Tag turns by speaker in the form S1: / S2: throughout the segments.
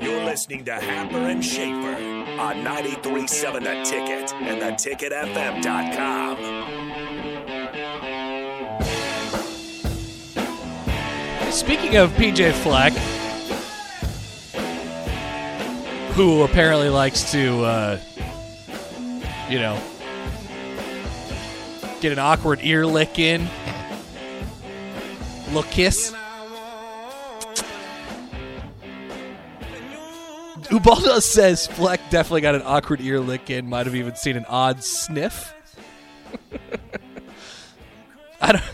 S1: You're listening to Happer and Schaefer on 937 The Ticket and theticketfm.com.
S2: Speaking of PJ Fleck, who apparently likes to, uh, you know, get an awkward ear lick in, look kiss. Ubaldo says Fleck definitely got an awkward ear lick in, might have even seen an odd sniff. I don't,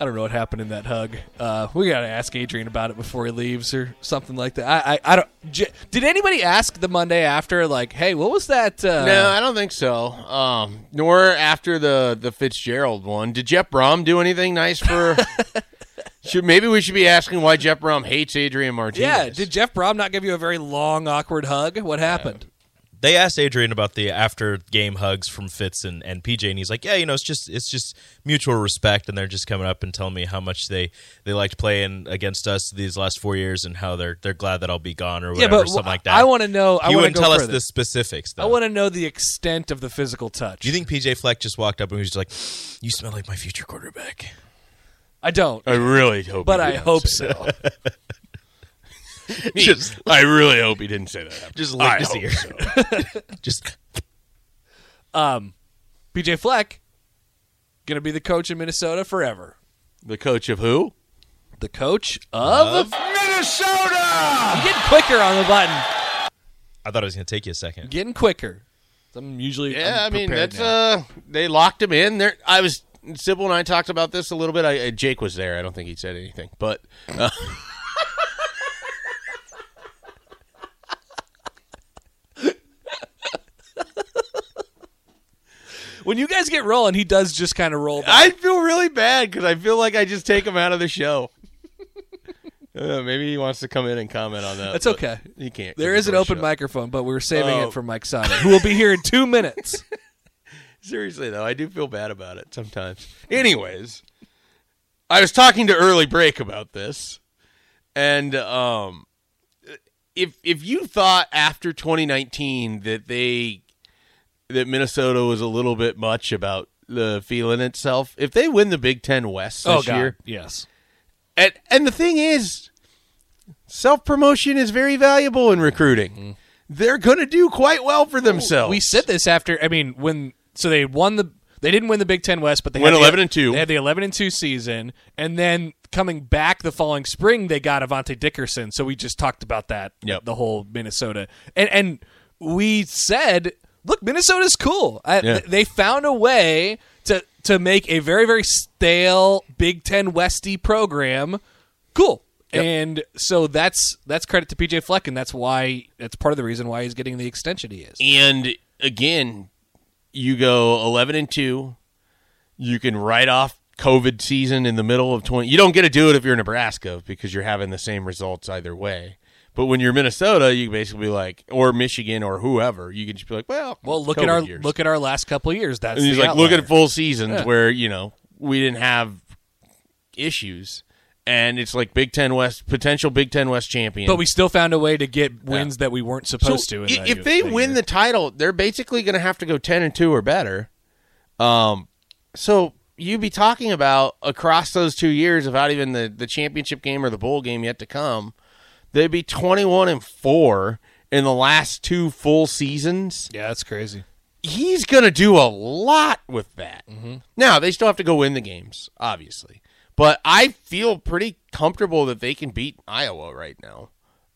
S2: I don't know what happened in that hug. Uh, we gotta ask Adrian about it before he leaves or something like that. I, I, I don't. J- did anybody ask the Monday after, like, hey, what was that? Uh,
S3: No, I don't think so. Um, nor after the the Fitzgerald one. Did Jeff Brom do anything nice for? should maybe we should be asking why Jeff Brom hates Adrian Martinez?
S2: yeah. Did Jeff Brom not give you a very long, awkward hug? What happened?
S4: They asked Adrian about the after game hugs from Fitz and, and PJ, and he's like, "Yeah, you know, it's just it's just mutual respect, and they're just coming up and telling me how much they they liked playing against us these last four years, and how they're they're glad that I'll be gone or whatever,
S2: yeah, but
S4: something like that."
S2: I want to know. I
S4: He
S2: want
S4: wouldn't
S2: to
S4: tell us the specifics. Though.
S2: I want to know the extent of the physical touch.
S4: Do you think PJ Fleck just walked up and he was just like, "You smell like my future quarterback"?
S2: I don't,
S3: I really hope.
S2: but
S3: he
S2: I
S3: didn't
S2: hope
S3: say
S2: so.
S3: that. I really hope he didn't say that. after.
S4: Just
S3: I
S4: licked his
S3: hope
S4: ear.
S3: so.
S4: just
S2: um, PJ Fleck gonna be the coach in Minnesota forever.
S3: The coach of who?
S2: The coach of, Minnesota. I'm getting quicker on the button.
S4: I thought it was going to take you a second.
S2: Getting quicker. I'm usually
S3: Yeah,
S2: I'm
S3: I mean
S2: prepared
S3: that's
S2: now.
S3: uh they locked him in there. I was Sybil and I talked about this a little bit. I, I- Jake was there. I don't think he said anything, but uh,
S2: when you guys get rolling, he does just kind of roll. Back.
S3: I feel really bad because I feel like I just take him out of the show. Uh, maybe he wants to come in and comment on that.
S2: That's
S3: but
S2: okay.
S3: He can't.
S2: There
S3: 'cause
S2: is an
S3: we're
S2: open
S3: shut.
S2: microphone, but we're saving
S3: Ah, Oh.
S2: it for Mike Sada, who will be here in two minutes.
S3: Seriously though, I do feel bad about it sometimes. Anyways, I was talking to Early Break about this, and um, if if you thought after 2019 that they that Minnesota was a little bit much about the feeling itself, if they win the Big Ten West
S2: Oh,
S3: this year,
S2: yes.
S3: and and the thing is, self promotion is very valuable in recruiting. They're gonna do quite well for themselves.
S2: We said this after. I mean, when so they won the they didn't win the Big Ten West, but they
S3: Went
S2: had the-
S3: 11 and two.
S2: They had the eleven and two season, and then coming back the following spring, they got Avante Dickerson. So we just talked about that.
S3: Yep.
S2: The whole Minnesota and and we said, look, Minnesota's cool. I,
S3: Yeah.
S2: th- they found a way to to make a very very stale Big Ten Westy program cool. And so that's that's credit to PJ Fleck, and that's why that's part of the reason why he's getting the extension he is.
S3: And again, you go 11 and 2. You can write off COVID season in the middle of 20. You don't get to do it if you're Nebraska because you're having the same results either way. But when you're Minnesota, you can basically be like, or Michigan or whoever, you can just be like, well,
S2: Well, look
S3: COVID
S2: at our
S3: years.
S2: look at our last couple of years. That's
S3: And he's
S2: the
S3: like, look
S2: outlier.
S3: at full seasons
S2: Yeah.
S3: where you know we didn't have issues, and it's like Big Ten West potential Big Ten West champion.
S2: But we still found a way to get wins that we weren't supposed to. in
S3: i-
S2: that
S3: if
S2: year-
S3: they
S2: that
S3: win
S2: year.
S3: the title, they're basically going to have to go ten and two or better. Um, so you'd be talking about across those two years, without even the the championship game or the bowl game yet to come, They'd be 21 and 4 in the last two full seasons.
S2: Yeah, that's crazy.
S3: he's going to do a lot with that.
S2: Mm-hmm.
S3: Now, they still have to go win the games, obviously. But I feel pretty comfortable that they can beat Iowa right now.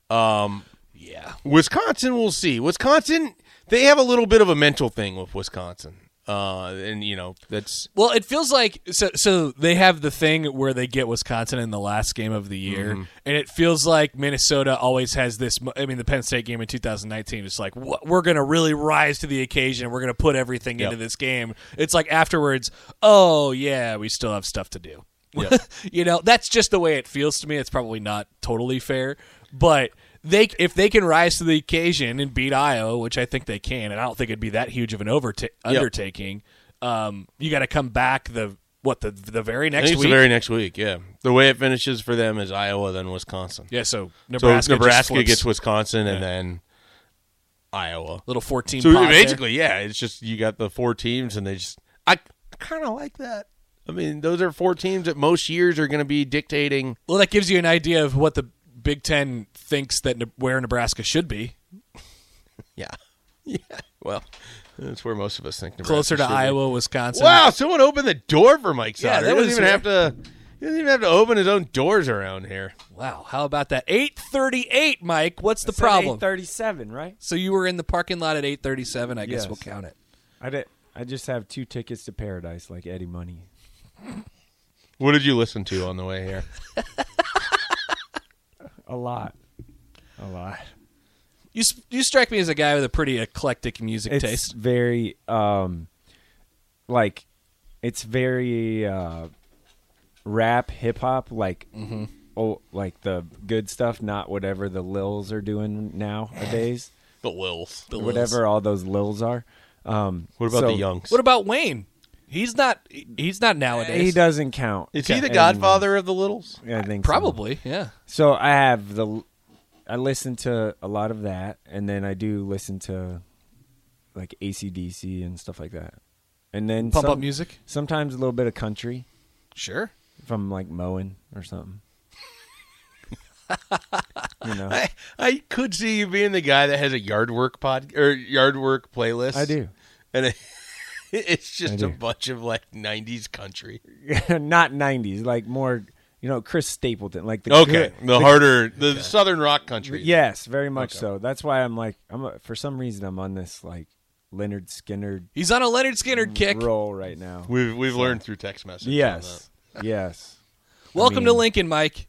S3: Um, yeah. Wisconsin, we'll see. Wisconsin, they have a little bit of a mental thing with Wisconsin. Uh, and, you know, that's.
S2: Well, it feels like so. So they have the thing where they get Wisconsin in the last game of the
S3: Mm-hmm.
S2: year, and it feels like Minnesota always has this. mo- I mean, the Penn State game in 2019 is like "Wha- we're going to really rise to the occasion. We're going to put everything into this game. It's like afterwards, oh yeah, we still have stuff to do. you know, that's just the way it feels to me. It's probably not totally fair, but they if they can rise to the occasion and beat Iowa, which I think they can, and I don't think it'd be that huge of an overta- undertaking. Um, you got to come back the what the the very
S3: I think
S2: next
S3: it's
S2: week.
S3: the very next week, yeah. The way it finishes for them is Iowa, then Wisconsin.
S2: yeah, so
S3: So
S2: Nebraska,
S3: Nebraska,
S2: just flips
S3: gets Wisconsin and then Iowa.
S2: little fourteen.
S3: So
S2: pot there.
S3: basically, yeah, it's just you got the four teams, and they just I kind of like that. I mean, those are four teams that most years are going to be dictating.
S2: well, that gives you an idea of what the Big Ten thinks that Ne- where Nebraska should be,
S3: Yeah, yeah. Well, that's where most of us think. Nebraska
S2: closer to
S3: should be.
S2: Iowa, Wisconsin.
S3: Wow, someone opened the door for Mike's
S2: Yeah,
S3: yeah,
S2: that
S3: He doesn't
S2: was
S3: even
S2: weird.
S3: have to. He doesn't even have to open his own doors around here.
S2: wow! How about that? Eight thirty-eight, Mike. What's the
S5: Said
S2: problem?
S5: 837, right?
S2: So you were in the parking lot at 8:37. I guess
S5: Yes.
S2: we'll count it.
S5: I did. I just have two tickets to paradise, like Eddie Money.
S3: What did you listen to on the way here?
S5: A lot, a lot.
S2: You s- you strike me as a guy with a pretty eclectic music
S5: It's
S2: taste.
S5: very, um, like, it's very uh, rap, hip hop, like, oh, like the good stuff, not whatever the lils are doing nowadays,
S3: The Lils.
S2: The Lils.
S5: whatever all those lils are. Um,
S3: What about
S5: so
S3: the Youngs?
S2: What about Wayne? He's not he's not nowadays.
S5: He doesn't count.
S3: is he the
S5: And-
S3: Godfather of the Littles?
S5: I think so.
S2: probably. Yeah.
S5: So I have the, I listen to a lot of that, and then I do listen to, like ACDC and stuff like that, and then
S2: Pump
S5: some-
S2: up music.
S5: Sometimes a little bit of country
S2: Sure.
S5: if I'm like mowing or something. you know,
S3: I, I could see you being the guy that has a yard work pod or yard work playlist.
S5: I do.
S3: and it, it's just
S5: do.
S3: a bunch of like '90s country.
S5: Not '90s, like more, you know, Chris Stapleton, like the
S3: Okay,
S5: good-
S3: the, harder, the southern rock country.
S5: Yes, very much so. That's why I'm like, I'm a, for some reason I'm on this like Leonard Skinner
S2: He's on a Leonard Skinner
S5: Mm,
S2: kick.
S5: roll right now.
S3: we've we've learned through text messages. on
S5: Yes, yes.
S2: Welcome to
S5: mean-
S2: Lincoln, Mike.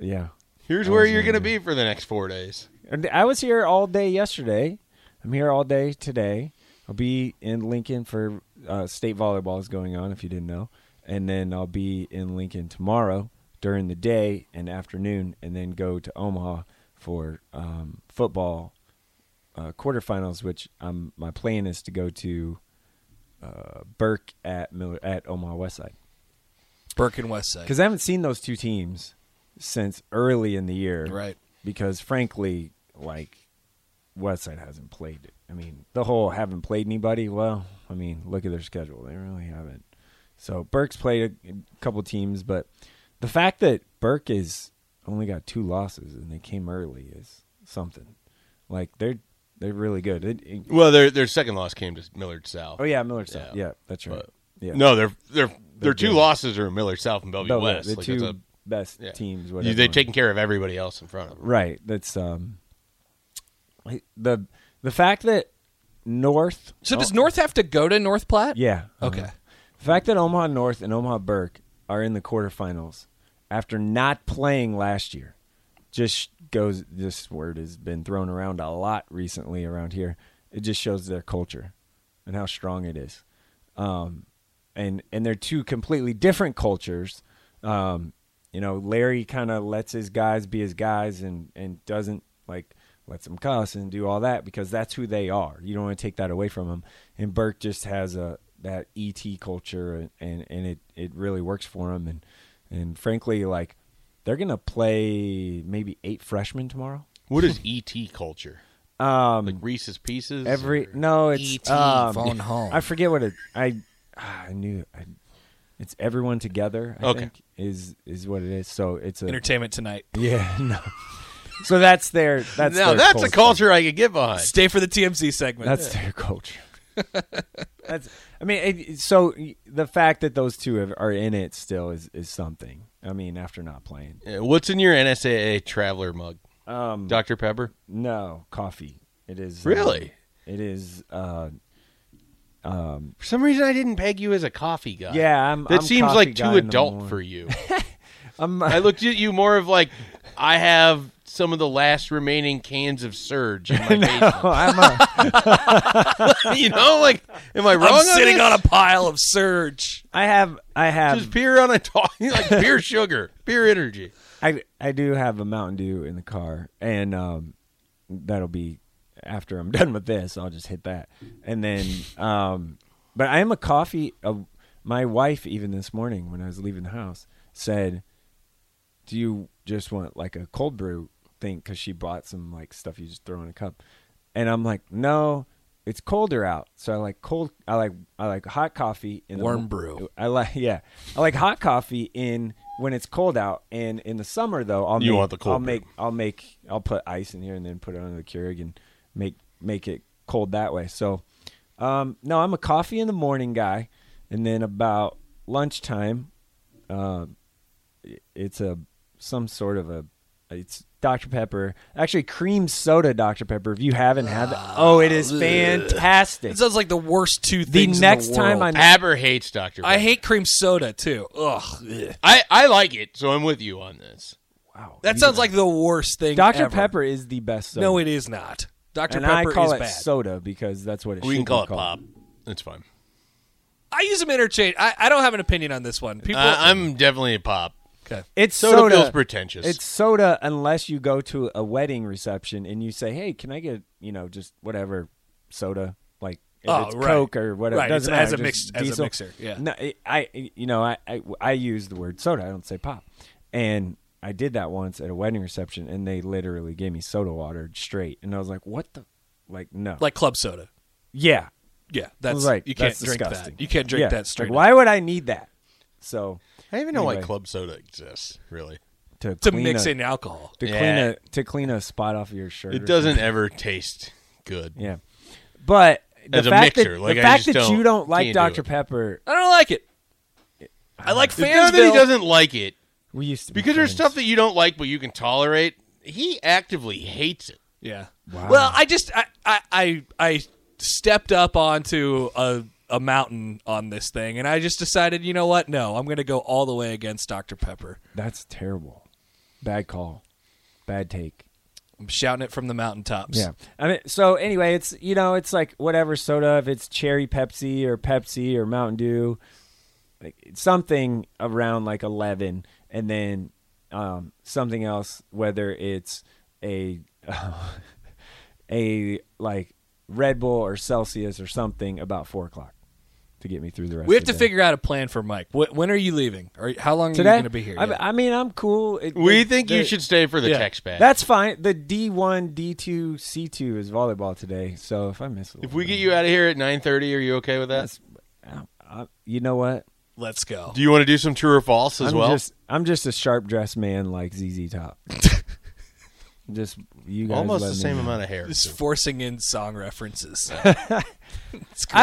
S5: Yeah.
S3: that. Here's where you're gonna be for the next four days.
S5: And I was here all day yesterday. I'm here all day today. I'll be in Lincoln for uh, state volleyball is going on, if you didn't know. And then I'll be in Lincoln tomorrow during the day and afternoon, and then go to Omaha for um, football uh, quarterfinals, which I'm, my plan is to go to uh, Burke at Miller at Omaha Westside
S2: Burke and Westside.
S5: because I haven't seen those two teams since early in the year,
S2: Right.
S5: Because frankly, like Westside hasn't played. I mean, the whole haven't played anybody. Well, I mean, look at their schedule; they really haven't. So Burke's played a, couple teams, but the fact that Burke is only got two losses and they came early is something. Like they're they're really good. It, it-
S3: Well, their their second loss came to Millard South.
S5: oh yeah, Miller South.
S3: Yeah.
S5: Yeah, that's right.
S3: But-
S5: yeah,
S3: No, their their their
S5: They're
S3: two
S5: good.
S3: losses are Millard South and Bellevue
S5: Bellevue,
S3: West.
S5: the
S3: Like,
S5: two
S3: that's a
S5: best teams.
S3: You-
S5: Whatever.
S3: They're taking care of everybody else in front of them.
S5: right. That's um, the the fact that North.
S2: So does North have to go to North Platte?
S5: oh. Yeah.
S2: Okay.
S5: Uh-huh. The fact that Omaha North and Omaha Burke are in the quarterfinals after not playing last year just goes. This word has been thrown around a lot recently around here. It just shows their culture and how strong it is. Um, and and they're two completely different cultures. Um, you know, Larry kind of lets his guys be his guys and and doesn't like lets them cuss and do all that because that's who they are. You don't want to take that away from them. And Burke just has a that ET culture and and, and it it really works for him. And and frankly, like they're gonna play maybe eight freshmen tomorrow.
S3: What is ET culture? Um, like Reese's Pieces.
S5: Every
S3: or-
S5: no, it's
S2: ET
S5: um,
S2: E phone home.
S5: I forget what it. I ah, I knew I, it's everyone together. I
S3: Okay.
S5: think is is what it is. So it's a
S2: Entertainment tonight.
S5: yeah no. So that's their that's
S3: now
S5: their
S3: that's a culture I could get behind.
S2: Stay for the TMZ segment.
S5: That's their culture. That's. I mean, it, so the fact that those two have, are in it still is is something. I mean, after not playing,
S3: Uh, What's in your NSAA traveler mug? Um, Dr. Pepper.
S5: no coffee. It is uh,
S3: Really?
S5: it is. Uh,
S3: For some reason, I didn't peg you as a coffee guy.
S5: Yeah, I'm-
S3: That
S5: I'm
S3: seems
S5: coffee
S3: like
S5: guy
S3: too
S5: in the
S3: adult
S5: morning.
S3: for you.
S5: I'm, uh,
S3: I looked at you more of like I have some of the last remaining cans of Surge in my basement.
S5: Oh, I'm a,
S3: you know, like, am I wrong?
S2: I'm sitting
S3: this?
S2: on a pile of surge.
S5: I have I have
S3: just beer on a talk, like beer sugar, beer energy.
S5: I I do have a Mountain Dew in the car, and um, that'll be after I'm done with this. I'll just hit that, and then um, but I am a coffee. Uh, my wife even this morning when I was leaving the house said, "Do you just want like a cold brew thing?" Because she bought some like stuff you just throw in a cup, and I'm like, "No." It's colder out, so I like cold. I like I like hot coffee in the
S2: Warm
S5: mo-
S2: brew.
S5: I like yeah. I like hot coffee in when it's cold out, and in the summer though, I'll
S3: You
S5: make,
S3: want the cold
S5: I'll
S3: brew.
S5: make I'll make I'll put ice in here and then put it under the Keurig and make make it cold that way. So, um, no, I'm a coffee in the morning guy, and then about lunchtime, uh, i- it's a some sort of a it's Dr Pepper actually cream soda Dr Pepper. If you haven't had that, oh, it is fantastic.
S2: It sounds like the worst two
S5: The
S2: things. in
S5: next time
S2: world.
S5: I
S3: Aber hates Dr.
S2: I
S3: Pepper.
S2: hate cream soda too. Ugh.
S3: I, I like it, so I'm with you on this.
S5: wow,
S2: That sounds like the worst thing.
S5: Dr
S2: ever.
S5: Pepper is the best soda.
S2: No, it is not. Dr
S5: and
S2: Pepper
S5: I call
S2: is
S5: it
S2: bad.
S5: soda because that's what it
S3: We
S5: should
S3: can call
S5: be
S3: it
S5: called.
S3: pop. It's fine.
S2: I use them interchange. I, I don't have an opinion on this one. People,
S3: Uh, I'm definitely a pop.
S2: okay.
S5: It's
S3: Soda
S5: soda,
S3: feels pretentious.
S5: It's soda unless you go to a wedding reception and you say, "Hey, can I get you know just whatever soda like." If
S2: Oh,
S5: it's
S2: right.
S5: Coke or whatever,
S2: Right,
S5: doesn't
S2: it's-
S5: matter.
S2: as a
S5: just
S2: mixed- as a
S5: diesel.
S2: mixer, yeah.
S5: No, I, I- you know, I, I, I use the word soda. I don't say pop. And I did that once at a wedding reception, and they literally gave me soda water straight, and I was like, "What the, like no,
S2: like club soda.
S5: yeah,
S2: Yeah,
S5: I
S2: that's
S5: was like
S2: you can't
S5: that's
S2: drink
S5: disgusting.
S2: that. You can't drink
S5: Yeah.
S2: that straight.
S5: Like, why would I need that? So
S3: I don't even know why
S5: Anyway.
S3: club soda exists, really.
S5: to,
S2: to
S5: clean
S2: mix
S5: a,
S2: in alcohol?
S5: to
S3: Yeah.
S5: clean a to clean a spot off your shirt. or
S3: It doesn't ever taste good.
S5: something. Yeah, but the
S3: As a
S5: fact
S3: mixer,
S5: that
S3: like, I
S5: the fact
S3: just
S5: that you
S3: don't-
S5: don't like
S3: can't do
S5: Dr
S3: it.
S5: Pepper,
S2: I don't like it. I like
S3: It's not that he
S2: Fansville.
S3: doesn't like it,
S5: we used to be
S3: because there's
S5: friends.
S3: stuff that you don't like but you can tolerate. He actively hates it.
S2: Yeah. Well, I just I I I, I stepped up onto a a mountain on this thing, and I just decided, you know what? No, I'm going to go all the way against Dr. Pepper.
S5: That's terrible. Bad call. Bad take.
S2: I'm shouting it from the mountaintops.
S5: Yeah. I mean, so anyway, it's you know, it's like whatever soda, if it's cherry Pepsi or Pepsi or Mountain Dew, like something around like eleven, and then um, something else, whether it's a a like Red Bull or Celsius or something, about four o'clock to get me through the rest.
S2: We have
S5: of
S2: to
S5: the day.
S2: figure out a plan for Mike. Wh- when are you leaving? Or how long are
S5: today.
S2: you going to be here?
S5: I,
S2: Yeah.
S5: I mean, I'm cool. It-
S3: We
S5: it-
S3: think you
S5: the-
S3: should stay for the
S2: Yeah.
S3: text back.
S5: That's fine. The D1, D2, C2 is volleyball today. So if I miss, a
S3: if
S5: little
S3: we
S5: bit-
S3: get you out of here at 9.30, are you okay with that?
S5: That's, I- I- you know what?
S2: Let's go.
S3: Do you want to do some true or false as
S5: I'm
S3: well?
S5: just I'm just a sharp dressed man like ZZ Top. Just you guys.
S3: Almost the
S5: let me
S3: same
S5: know.
S3: amount of hair.
S2: Just forcing in song references.
S5: I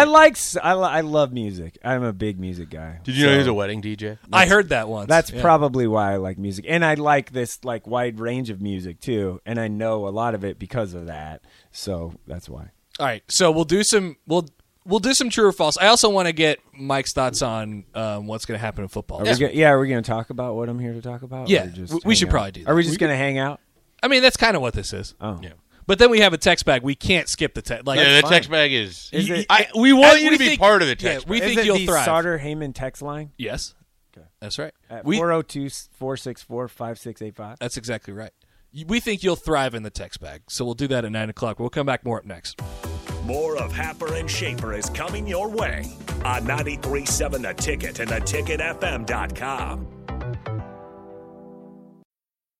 S5: like. s- I, li- I love music. I'm a big music guy.
S3: Did you know he was a wedding DJ?
S2: I heard that once.
S5: That's
S2: Yeah.
S5: probably why I like music, and I like this like wide range of music too, and I know a lot of it because of that. So that's why.
S2: All right, so we'll do some we'll we'll do some true or false. I also want to get Mike's thoughts on um, what's going to happen in football.
S5: Are we gonna, yeah, are we going to talk about what I'm here to talk about?
S2: Yeah,
S5: or just
S2: w- we
S5: hang
S2: should
S5: out?
S2: probably do
S5: Are we
S2: that.
S5: just going to hang out?
S2: I mean, that's kind of what this is.
S5: Oh,
S2: But then we have a text bag. We can't skip the text. Like,
S3: yeah, the
S2: fine.
S3: text bag is.
S5: Is it-
S3: I, we want
S2: And
S3: you
S2: we
S3: to be
S2: think-
S3: part of the text.
S2: yeah,
S3: bag.
S2: we
S5: Is
S2: think
S5: it
S2: you'll
S5: the
S2: thrive.
S5: Sauter Heyman text line
S2: Yes, that's right.
S5: at
S2: We
S5: 402-464-5685.
S2: that's exactly right. Y- We think you'll thrive in the text bag. So we'll do that at nine o'clock. We'll come back more up next.
S1: More of Happer and Shaper is coming your way on 937 The Ticket and theticketfm.com.